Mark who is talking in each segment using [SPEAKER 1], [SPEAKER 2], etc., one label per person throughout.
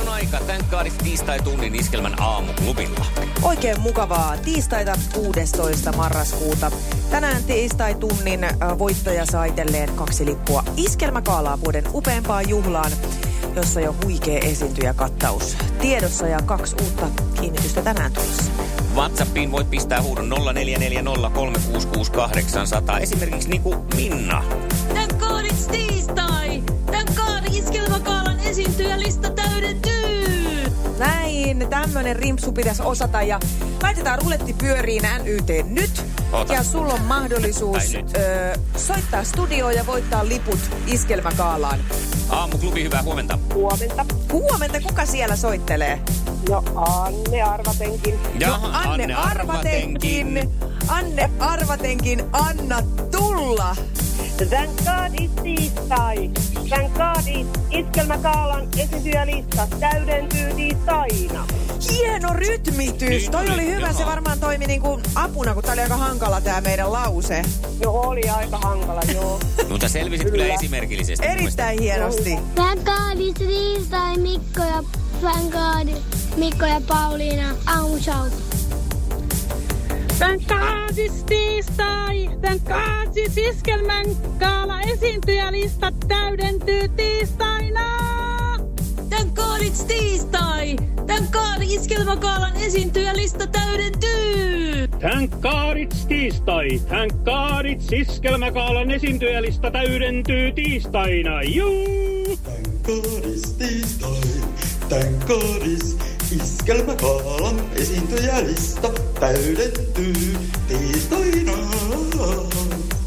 [SPEAKER 1] on aika tämän kaadis tiistai-tunnin iskelmän aamuklubilla.
[SPEAKER 2] Oikein mukavaa tiistaita 16. marraskuuta. Tänään tiistai-tunnin äh, voittaja saa itselleen kaksi lippua iskelmäkaalaa vuoden upeampaan juhlaan, jossa jo huikea esiintyjä kattaus tiedossa ja kaksi uutta kiinnitystä tänään tulossa.
[SPEAKER 1] WhatsAppiin voit pistää huudon 0440366800. Esimerkiksi niinku Minna.
[SPEAKER 3] Tän kaadits tiistai! Tän kaadi iskelmäkaalan esiintyjälista täydentyy!
[SPEAKER 2] Näin, tämmönen rimpsu pitäisi osata ja laitetaan ruletti pyöriin NYT nyt.
[SPEAKER 1] Ota.
[SPEAKER 2] Ja sulla on mahdollisuus
[SPEAKER 1] Tai nyt.
[SPEAKER 2] ö, soittaa studioon ja voittaa liput iskelmäkaalaan.
[SPEAKER 1] Aamuklubi, hyvää huomenta.
[SPEAKER 4] Huomenta.
[SPEAKER 2] Huomenta, kuka siellä soittelee?
[SPEAKER 4] No Anne arvatenkin.
[SPEAKER 1] Jaha,
[SPEAKER 2] no, Anne, arvatenkin. Anne arvatenkin, anna tulla.
[SPEAKER 4] Thank God it's tiistai. Thank God it's iskelmäkaalan esityölista täydentyy tiistaina.
[SPEAKER 2] Hieno rytmitys.
[SPEAKER 1] Niin
[SPEAKER 2] Toi
[SPEAKER 1] oli,
[SPEAKER 2] oli hyvä,
[SPEAKER 1] joo.
[SPEAKER 2] se varmaan toimi niinku apuna, kun tää oli aika hankala tää meidän lause.
[SPEAKER 4] No oli aika hankala, joo.
[SPEAKER 1] Mutta selvisit kyllä,
[SPEAKER 4] Kyllä.
[SPEAKER 1] esimerkillisesti. mun mielestä.
[SPEAKER 2] Erittäin hienosti.
[SPEAKER 5] Vankaadis tiistai Mikko ja Vankaadis Mikko ja Pauliina aamushow.
[SPEAKER 6] Tän kaadis tiistai, tän kaadis iskelmän kaala esiintyjälista täydentyy tiistaina.
[SPEAKER 3] Tän kaadits tiistai! Tän kaadi iskelmäkaalan esiintyjälista täydentyy!
[SPEAKER 7] Thank God it's tiistai. Thank God it's iskelmäkaalan esiintyjälista täydentyy tiistaina. Juu!
[SPEAKER 8] Tankkaris tiistai, tankkaris iskelmäkaalan esiintyjälista täydentyy tiistaina.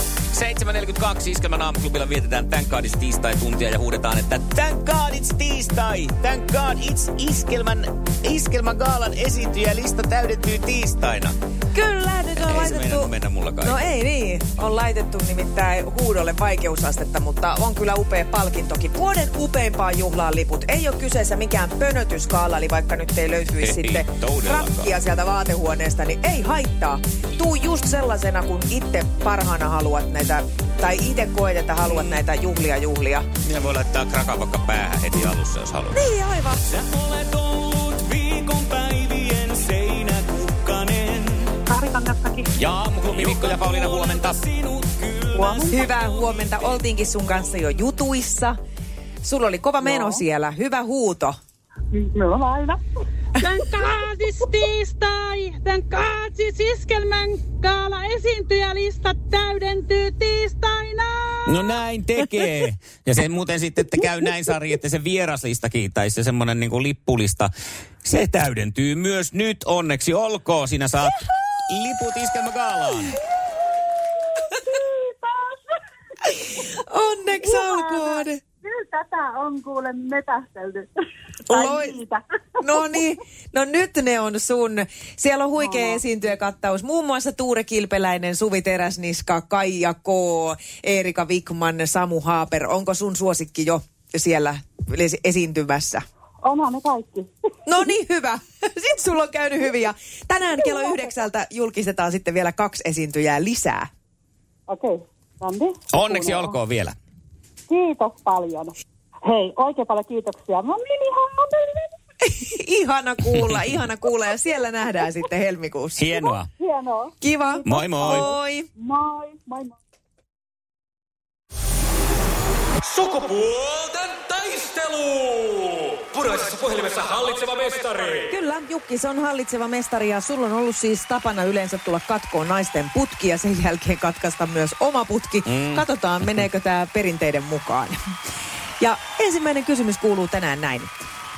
[SPEAKER 1] 7.42 Iskelmän aamuklubilla vietetään Tän kaadis tiistai tuntia ja huudetaan, että Tän kaadits tiistai! Tän kaad it's iskelmän, iskelmän gaalan esiintyjälista täydentyy tiistaina.
[SPEAKER 2] Kyllä, nyt on
[SPEAKER 1] Ei se
[SPEAKER 2] laitettu...
[SPEAKER 1] meinannut mennä mulla kai.
[SPEAKER 2] No ei niin. On laitettu nimittäin huudolle vaikeusastetta, mutta on kyllä upea palkintokin. Vuoden upeimpaan juhlaan liput. Ei ole kyseessä mikään pönötyskaalali, vaikka nyt ei löytyisi
[SPEAKER 1] Ei,
[SPEAKER 2] sitten
[SPEAKER 1] todellakaan.
[SPEAKER 2] rakkia sieltä vaatehuoneesta, niin ei haittaa. Tuu just sellaisena, kun itse parhaana haluat näitä, tai itse koet, että haluat näitä juhlia juhlia.
[SPEAKER 1] Minä voi laittaa krakan vaikka päähän heti alussa, jos haluaa.
[SPEAKER 2] Niin aivan.
[SPEAKER 1] Sä olet ollut viikonpäivien seinäkukkanen.
[SPEAKER 4] Tarvitaan tässäkin.
[SPEAKER 1] Ja aamuklubi Mikko ja Pauliina huomenta.
[SPEAKER 2] Hyvää huomenta. Oltiinkin sun kanssa jo jutuissa. Sulla oli kova meno siellä. Hyvä huuto.
[SPEAKER 4] No aina.
[SPEAKER 6] Tän kaadis tiistai, tän kaadis iskelmän kaala esiintyjälista täydentyy tiistaina.
[SPEAKER 1] No näin tekee. Ja sen muuten sitten, että käy näin Sari, että se vieraslistakin tai se semmoinen niin lippulista, se täydentyy myös nyt onneksi. Olkoon, sinä saat liput iskelmäkaalaan.
[SPEAKER 2] Onneksi olkoon.
[SPEAKER 9] Kyllä tätä on kuule metästelty.
[SPEAKER 2] Loi-
[SPEAKER 9] Tai niitä.
[SPEAKER 2] No niin, no nyt ne on sun. Siellä on huikea esiintyjäkattaus. Muun muassa Tuure Kilpeläinen, Suvi Teräsniska, Kaija K, Erika Vikman, Samu Haaper. Onko sun suosikki jo siellä esi- esiintymässä?
[SPEAKER 9] Oma ne kaikki.
[SPEAKER 2] No niin, hyvä. Sitten sulla on käynyt hyvin. Ja tänään kello yhdeksältä julkistetaan sitten vielä kaksi esiintyjää lisää.
[SPEAKER 9] Okei, okay. Nandi.
[SPEAKER 1] Onneksi olkoon vielä.
[SPEAKER 9] Kiitos paljon. Hei, oikein paljon kiitoksia. Mä olin ihan
[SPEAKER 2] ihana kuulla, ihana kuulla. Ja siellä nähdään sitten helmikuussa.
[SPEAKER 1] Hienoa.
[SPEAKER 9] Hienoa.
[SPEAKER 2] Kiva.
[SPEAKER 1] Moi moi.
[SPEAKER 2] Moi.
[SPEAKER 9] Moi, moi moi.
[SPEAKER 10] Sukupuolten taistelu! Puraisessa puhelimessa hallitseva mestari!
[SPEAKER 2] Kyllä, Jukki, se on hallitseva mestari ja sulla on ollut siis tapana yleensä tulla katkoon naisten putki ja sen jälkeen katkaista myös oma putki. Mm. Katsotaan, meneekö tämä perinteiden mukaan. Ja ensimmäinen kysymys kuuluu tänään näin.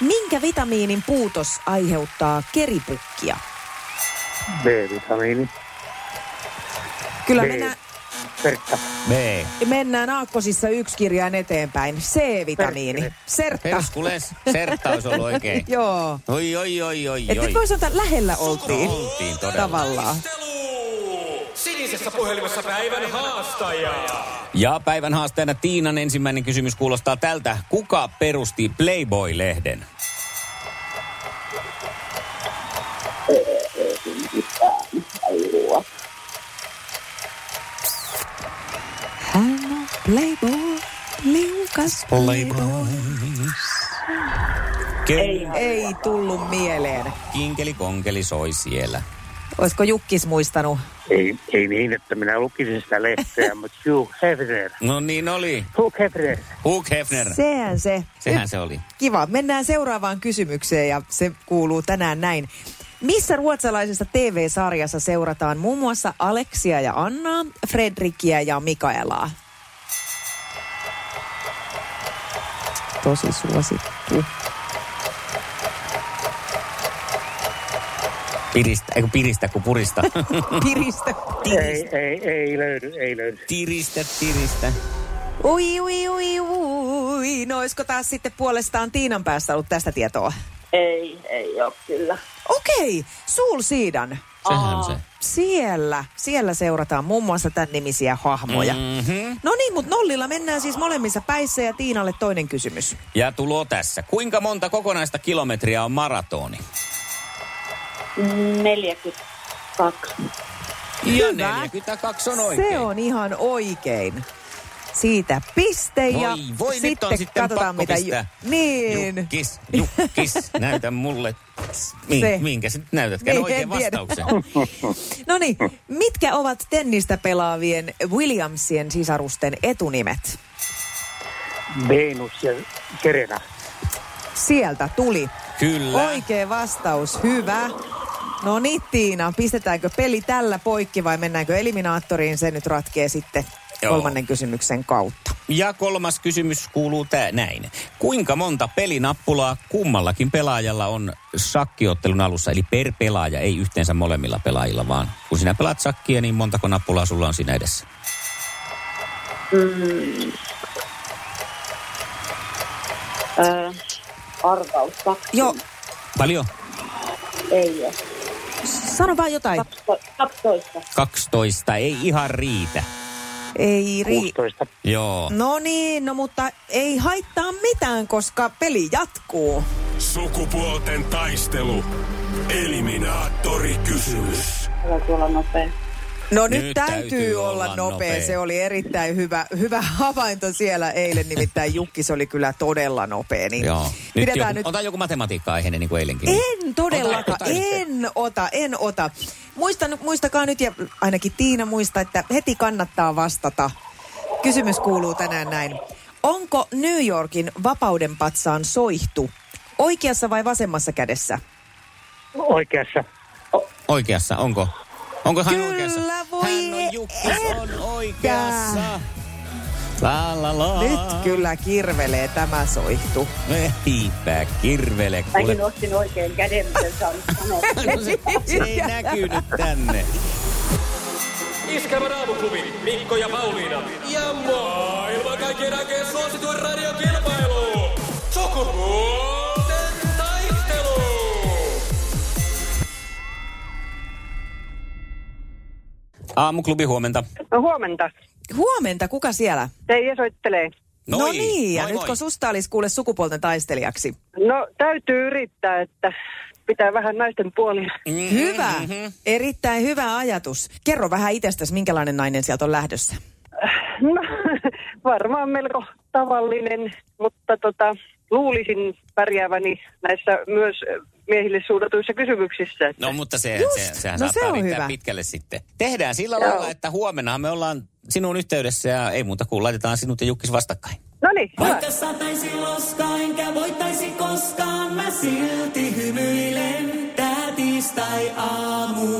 [SPEAKER 2] Minkä vitamiinin puutos aiheuttaa keripukkia?
[SPEAKER 7] B-vitamiini.
[SPEAKER 2] Kyllä
[SPEAKER 7] B.
[SPEAKER 2] mennään,
[SPEAKER 7] Perkka.
[SPEAKER 1] B.
[SPEAKER 2] mennään aakkosissa yksi kirjaan eteenpäin. C-vitamiini. Sertta.
[SPEAKER 1] Herskules, Sertta olisi ollut oikein.
[SPEAKER 2] Joo.
[SPEAKER 1] Oi, oi, oi, oi,
[SPEAKER 2] Et
[SPEAKER 1] oi.
[SPEAKER 2] nyt voisi sanoa, että lähellä
[SPEAKER 1] No,
[SPEAKER 2] oltiin.
[SPEAKER 1] oltiin todella.
[SPEAKER 2] siis? Tavallaan.
[SPEAKER 10] Sinisessä puhelimessa päivän haastaja!
[SPEAKER 1] Ja päivän haasteena Tiinan ensimmäinen kysymys kuulostaa tältä. Kuka perusti Playboy-lehden?
[SPEAKER 2] Hän on Playboy, liukas Playboy.
[SPEAKER 1] Ei.
[SPEAKER 2] Ei tullut mieleen.
[SPEAKER 1] Kinkeli konkeli soi siellä.
[SPEAKER 2] Olisiko Jukkis muistanut?
[SPEAKER 11] Ei, ei niin, että minä lukisin sitä lehteä, mutta Hugh Hefner.
[SPEAKER 1] No niin oli.
[SPEAKER 11] Hugh Hefner.
[SPEAKER 1] Hugh Hefner.
[SPEAKER 2] Sehän se.
[SPEAKER 1] Sehän se oli.
[SPEAKER 2] Kiva. Mennään seuraavaan kysymykseen ja se kuuluu tänään näin. Missä ruotsalaisessa TV-sarjassa seurataan muun muassa Aleksia ja Annaa, Fredrikiä ja Mikaelaa? Tosi suosittu.
[SPEAKER 1] Piristä, eikö piristä kun purista.
[SPEAKER 2] Piristä.
[SPEAKER 11] Ei, ei, ei löydy, ei löydy.
[SPEAKER 1] tiristä, tiristä.
[SPEAKER 2] Ui, ui, ui, ui. No olisiko taas sitten puolestaan Tiinan päästä ollut tästä tietoa?
[SPEAKER 4] Ei, ei ole kyllä.
[SPEAKER 2] Okei, Suul Siidan.
[SPEAKER 1] Sehän se.
[SPEAKER 2] Siellä, siellä seurataan muun muassa tämän nimisiä hahmoja. Mm.
[SPEAKER 1] Mm-hmm.
[SPEAKER 2] No niin, mutta nollilla mennään siis molemmissa päissä ja Tiinalle toinen kysymys.
[SPEAKER 1] Ja tulo tässä. Kuinka monta kokonaista kilometriä on maratoni?
[SPEAKER 4] 42.
[SPEAKER 1] Ja
[SPEAKER 2] Hyvä.
[SPEAKER 1] 42 on oikein.
[SPEAKER 2] Se on ihan oikein. Siitä piste ja
[SPEAKER 1] Voi, voi
[SPEAKER 2] sitten,
[SPEAKER 1] nyt on sitten
[SPEAKER 2] katsotaan
[SPEAKER 1] pakko
[SPEAKER 2] mitä... ju-
[SPEAKER 1] pistää.
[SPEAKER 2] Niin.
[SPEAKER 1] Jukkis, jukkis, näytä mulle, mi,
[SPEAKER 2] Se.
[SPEAKER 1] minkä sä nyt näytätkään
[SPEAKER 2] Niin,
[SPEAKER 1] oikein
[SPEAKER 2] en tiedä.
[SPEAKER 1] vastauksen.
[SPEAKER 2] No niin, mitkä ovat tennistä pelaavien Williamsien sisarusten etunimet?
[SPEAKER 11] Venus ja Serena.
[SPEAKER 2] Sieltä tuli.
[SPEAKER 1] Kyllä.
[SPEAKER 2] Oikea vastaus, hyvä. No niin, Tiina, pistetäänkö peli tällä poikki vai mennäänkö eliminaattoriin? Se nyt ratkee sitten
[SPEAKER 1] Joo.
[SPEAKER 2] kolmannen kysymyksen kautta.
[SPEAKER 1] Ja kolmas kysymys kuuluu tää näin. Kuinka monta pelinappulaa kummallakin pelaajalla on shakkiottelun alussa? Eli per pelaaja, ei yhteensä molemmilla pelaajilla, vaan kun sinä pelaat shakkia, niin montako nappulaa sulla on siinä edessä?
[SPEAKER 4] Öö, arvaus. Kaksi.
[SPEAKER 2] Joo,
[SPEAKER 1] Paljon?
[SPEAKER 4] Ei ole.
[SPEAKER 2] sano vaan jotain.
[SPEAKER 4] 12.
[SPEAKER 1] 12, ei ihan riitä.
[SPEAKER 2] Ei ri...
[SPEAKER 11] 16.
[SPEAKER 1] Joo.
[SPEAKER 2] No niin, no mutta ei haittaa mitään, koska peli jatkuu.
[SPEAKER 10] Sukupuolten taistelu. Eliminaattori kysymys.
[SPEAKER 4] Tulee tuolla nopea.
[SPEAKER 2] No nyt, nyt täytyy, täytyy olla, olla nopea. nopea. Se oli erittäin hyvä, hyvä havainto siellä eilen, nimittäin Jukkis oli kyllä todella nopea. Niin
[SPEAKER 1] Joo. Nyt
[SPEAKER 2] Pidetään
[SPEAKER 1] joku,
[SPEAKER 2] nyt...
[SPEAKER 1] nyt... Ota joku matematiikka-aiheinen niin kuin eilenkin.
[SPEAKER 2] En
[SPEAKER 1] Ota,
[SPEAKER 2] todellakaan,
[SPEAKER 1] ota yhteen.
[SPEAKER 2] en ota, en ota. Muistan, muistakaa nyt, ja ainakin Tiina muista, että heti kannattaa vastata. Kysymys kuuluu tänään näin. Onko New Yorkin vapaudenpatsaan soihtu oikeassa vai vasemmassa kädessä?
[SPEAKER 11] Oikeassa.
[SPEAKER 1] Oikeassa, onko? Onko hän
[SPEAKER 2] Kyllä,
[SPEAKER 1] oikeassa?
[SPEAKER 2] voi
[SPEAKER 1] hän on Jukkis,
[SPEAKER 2] että.
[SPEAKER 1] on oikeassa. La la la.
[SPEAKER 2] Nyt kyllä kirvelee tämä soihtu.
[SPEAKER 1] Eipä kirvele, kuule.
[SPEAKER 4] Mäkin ostin oikein käden, miten saanut sanoa.
[SPEAKER 1] No se, se ei näkynyt tänne.
[SPEAKER 10] Iskelmän aamuklubi, Mikko ja Pauliina. Ja maailman kaikkien aikeen suosituen radiokilpailu. Sukupuolten taistelu.
[SPEAKER 1] Aamuklubi huomenta.
[SPEAKER 4] No huomenta.
[SPEAKER 2] Huomenta, kuka siellä?
[SPEAKER 4] Teija soittelee.
[SPEAKER 2] no niin, ja nyt kun susta olisi kuule sukupuolten taistelijaksi.
[SPEAKER 1] Mm-hmm,
[SPEAKER 4] No täytyy yrittää, että pitää vähän naisten puolia.
[SPEAKER 1] Mm,
[SPEAKER 2] Hyvä, erittäin hyvä ajatus. Kerro vähän itsestäsi, minkälainen nainen sieltä on lähdössä.
[SPEAKER 4] No, varmaan melko tavallinen, mutta tota, luulisin pärjääväni näissä myös ö, miehille suunnatuissa kysymyksissä. että-
[SPEAKER 1] No mutta se,
[SPEAKER 2] Just.
[SPEAKER 1] se, sehän
[SPEAKER 2] No
[SPEAKER 1] saattaa
[SPEAKER 2] se on
[SPEAKER 1] riittää
[SPEAKER 2] hyvä.
[SPEAKER 1] pitkälle sitten. Tehdään sillä lailla, että huomenna me ollaan sinun yhteydessä ja ei muuta kuin laitetaan sinut ja Jukkis vastakkain.
[SPEAKER 4] No niin, hyvä.
[SPEAKER 12] sataisi loskaa, enkä voittaisi koskaan, mä silti hymyilen. Tää tiistai-aamu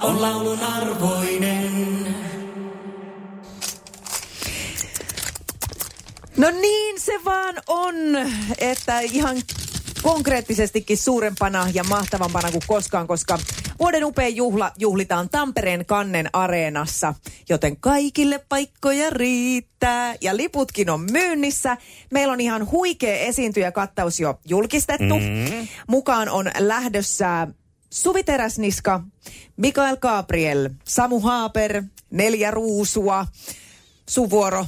[SPEAKER 12] on laulun arvoinen.
[SPEAKER 2] No niin se vaan on, että ihan konkreettisestikin suurempana ja mahtavampana kuin koskaan, koska vuoden upea juhla juhlitaan Tampereen kannen areenassa, joten kaikille paikkoja riittää ja liputkin on myynnissä. Meillä on ihan huikea esiintyjäkattaus jo julkistettu. Mm-hmm. Mukaan on lähdössä Suvi Teräsniska, Mikael Gabriel, Samu Haaper, Neljä Ruusua, Suvuoro,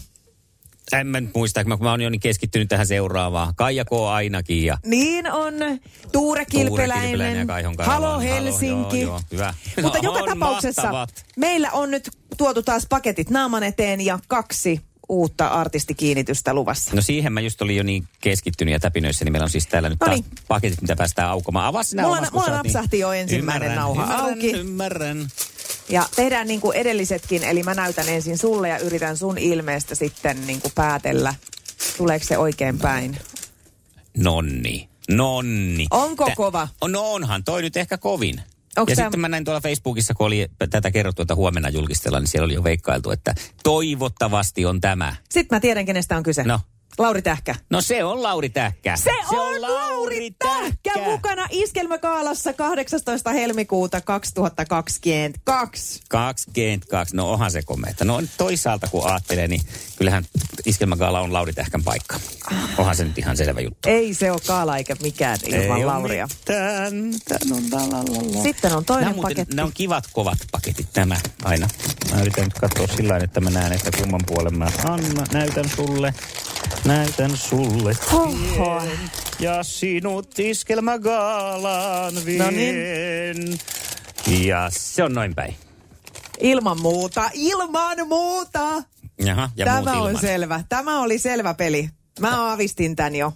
[SPEAKER 1] En mä nyt muista, kun mä, kun mä oon jo niin keskittynyt tähän seuraavaan. Kaija K. ainakin ja
[SPEAKER 2] Niin on. Tuure
[SPEAKER 1] Tuure Kilpeläinen ja
[SPEAKER 2] Kilpeläinen.
[SPEAKER 1] Kaihon Kaivalla.
[SPEAKER 2] Halo Helsinki.
[SPEAKER 1] Joo, joo, hyvä.
[SPEAKER 2] Mutta
[SPEAKER 1] No,
[SPEAKER 2] joka
[SPEAKER 1] on
[SPEAKER 2] tapauksessa
[SPEAKER 1] mahtavat.
[SPEAKER 2] meillä on nyt tuotu taas paketit naaman eteen ja kaksi uutta artistikiinnitystä luvassa.
[SPEAKER 1] No siihen mä just olin jo niin keskittynyt ja täpinöissä, niin meillä on siis täällä nyt taas
[SPEAKER 2] Noniin.
[SPEAKER 1] paketit, mitä päästään aukomaan. Avaa sinä
[SPEAKER 2] No niin. Mulla,
[SPEAKER 1] omas, kun sä
[SPEAKER 2] mulla
[SPEAKER 1] oot niin-
[SPEAKER 2] napsahti jo ensimmäinen
[SPEAKER 1] Ymmärrän,
[SPEAKER 2] nauha
[SPEAKER 1] ymmärrän,
[SPEAKER 2] auki.
[SPEAKER 1] Ymmärrän.
[SPEAKER 2] Ja tehdään niin kuin edellisetkin, eli mä näytän ensin sulle ja yritän sun ilmeestä sitten niin kuin päätellä, tuleeko se oikein päin.
[SPEAKER 1] Nonni. Nonni.
[SPEAKER 2] Onko
[SPEAKER 1] Tä-
[SPEAKER 2] kova?
[SPEAKER 1] No onhan toi nyt ehkä kovin.
[SPEAKER 2] Onks
[SPEAKER 1] ja
[SPEAKER 2] tää-
[SPEAKER 1] sitten mä näin tuolla Facebookissa, kun oli tätä kerrottu, että huomenna julkistellaan, niin siellä oli jo veikkailtu, että toivottavasti on tämä.
[SPEAKER 2] Sitten mä tiedän, kenestä on kyse.
[SPEAKER 1] No.
[SPEAKER 2] Lauri Tähkä.
[SPEAKER 1] No se on Lauri Tähkä.
[SPEAKER 2] Se, se on, Lauri Tähkä, mukana Iskelmäkaalassa 18. helmikuuta 2022.
[SPEAKER 1] 22, no onhan se komeeta. No toisaalta kun ajattelee, niin kyllähän iskelmägaala on Lauri Tähkän paikka. Onhan se nyt ihan selvä juttu.
[SPEAKER 2] Ei se ole kaala eikä mikään ilman
[SPEAKER 1] Ei oo niin.
[SPEAKER 2] Lauria.
[SPEAKER 1] Mitään. Tän on la, la, la, la.
[SPEAKER 2] Sitten on toinen
[SPEAKER 1] Nää on muuten-
[SPEAKER 2] paketti.
[SPEAKER 1] Nämä on kivat kovat paketit nämä aina. Mä yritän nyt katsoa sillä tavalla, että mä näen, että kumman puolen mä annan. Näytän sulle, näytän sulle.
[SPEAKER 2] Oho.
[SPEAKER 1] Ja sinut iskelmägaalaan vien.
[SPEAKER 2] No niin.
[SPEAKER 1] Ja se on noin päin.
[SPEAKER 2] Ilman muuta, ilman muuta.
[SPEAKER 1] Jaha, ja
[SPEAKER 2] Tämä
[SPEAKER 1] muut
[SPEAKER 2] on
[SPEAKER 1] ilman.
[SPEAKER 2] selvä. Tämä oli selvä peli. Mä aavistin tän jo.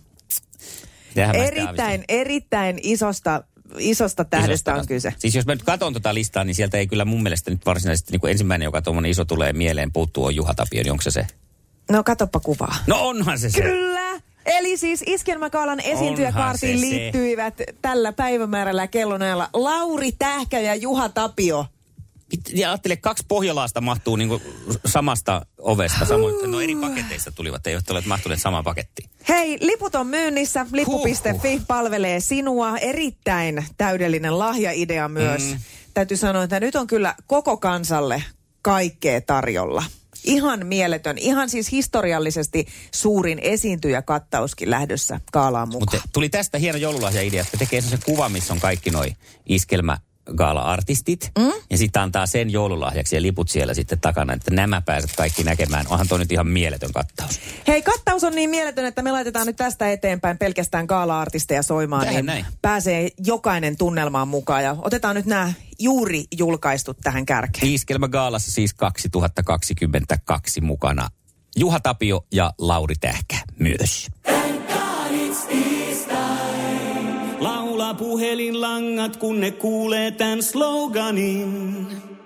[SPEAKER 1] Tähän mä sitä
[SPEAKER 2] Erittäin, erittäin isosta, isosta
[SPEAKER 1] Isosta
[SPEAKER 2] tähdestä on
[SPEAKER 1] tähdestä.
[SPEAKER 2] kyse.
[SPEAKER 1] Siis jos mä nyt katson tota listaa, niin sieltä ei kyllä mun mielestä nyt varsinaisesti niin kuin ensimmäinen, joka tuommoinen iso tulee mieleen, puuttuu on Juha Tapio, niin onko se se?
[SPEAKER 2] No katoppa kuvaa.
[SPEAKER 1] No onhan se se.
[SPEAKER 2] Kyllä! Eli siis Iskelmäkaalan esiintyjäkaartiin
[SPEAKER 1] se se.
[SPEAKER 2] liittyivät tällä päivämäärällä ja kellonajalla Lauri Tähkä ja Juha Tapio.
[SPEAKER 1] Mit- Ja ajattele, kaksi Pohjolaasta mahtuu niin kuin samasta ovesta. Samoista, no eri paketeista tulivat, eivät ole mahtuneet samaan pakettiin.
[SPEAKER 2] Hei, liput on myynnissä. Lippu.fi palvelee sinua. Erittäin täydellinen lahjaidea myös.
[SPEAKER 1] Mm.
[SPEAKER 2] Mm. Täytyy sanoa, että nyt on kyllä koko kansalle kaikkea tarjolla. Ihan mieletön, ihan siis historiallisesti suurin esiintyjäkattauskin lähdössä kaalaan mukaan.
[SPEAKER 1] Mutta tuli tästä hieno joululahja-idea, että tekee sen kuva, missä on kaikki noi iskelmä gaala-artistit. Mm? Ja sitten antaa sen joululahjaksi ja liput siellä sitten takana, että nämä pääset kaikki näkemään. Onhan toi nyt ihan mieletön kattaus.
[SPEAKER 2] Hei, kattaus on niin mieletön, että me laitetaan nyt tästä eteenpäin pelkästään kaala-artisteja soimaan.
[SPEAKER 1] Tähän
[SPEAKER 2] niin
[SPEAKER 1] näin.
[SPEAKER 2] Pääsee jokainen tunnelmaan mukaan ja otetaan nyt nämä juuri julkaistut tähän kärkeen.
[SPEAKER 1] Iskelmä Gaalassa siis 2022 mukana Juha Tapio ja Lauri Tähkä myös.
[SPEAKER 12] Laula puhelinlangat, kun ne kuulee tämän sloganin.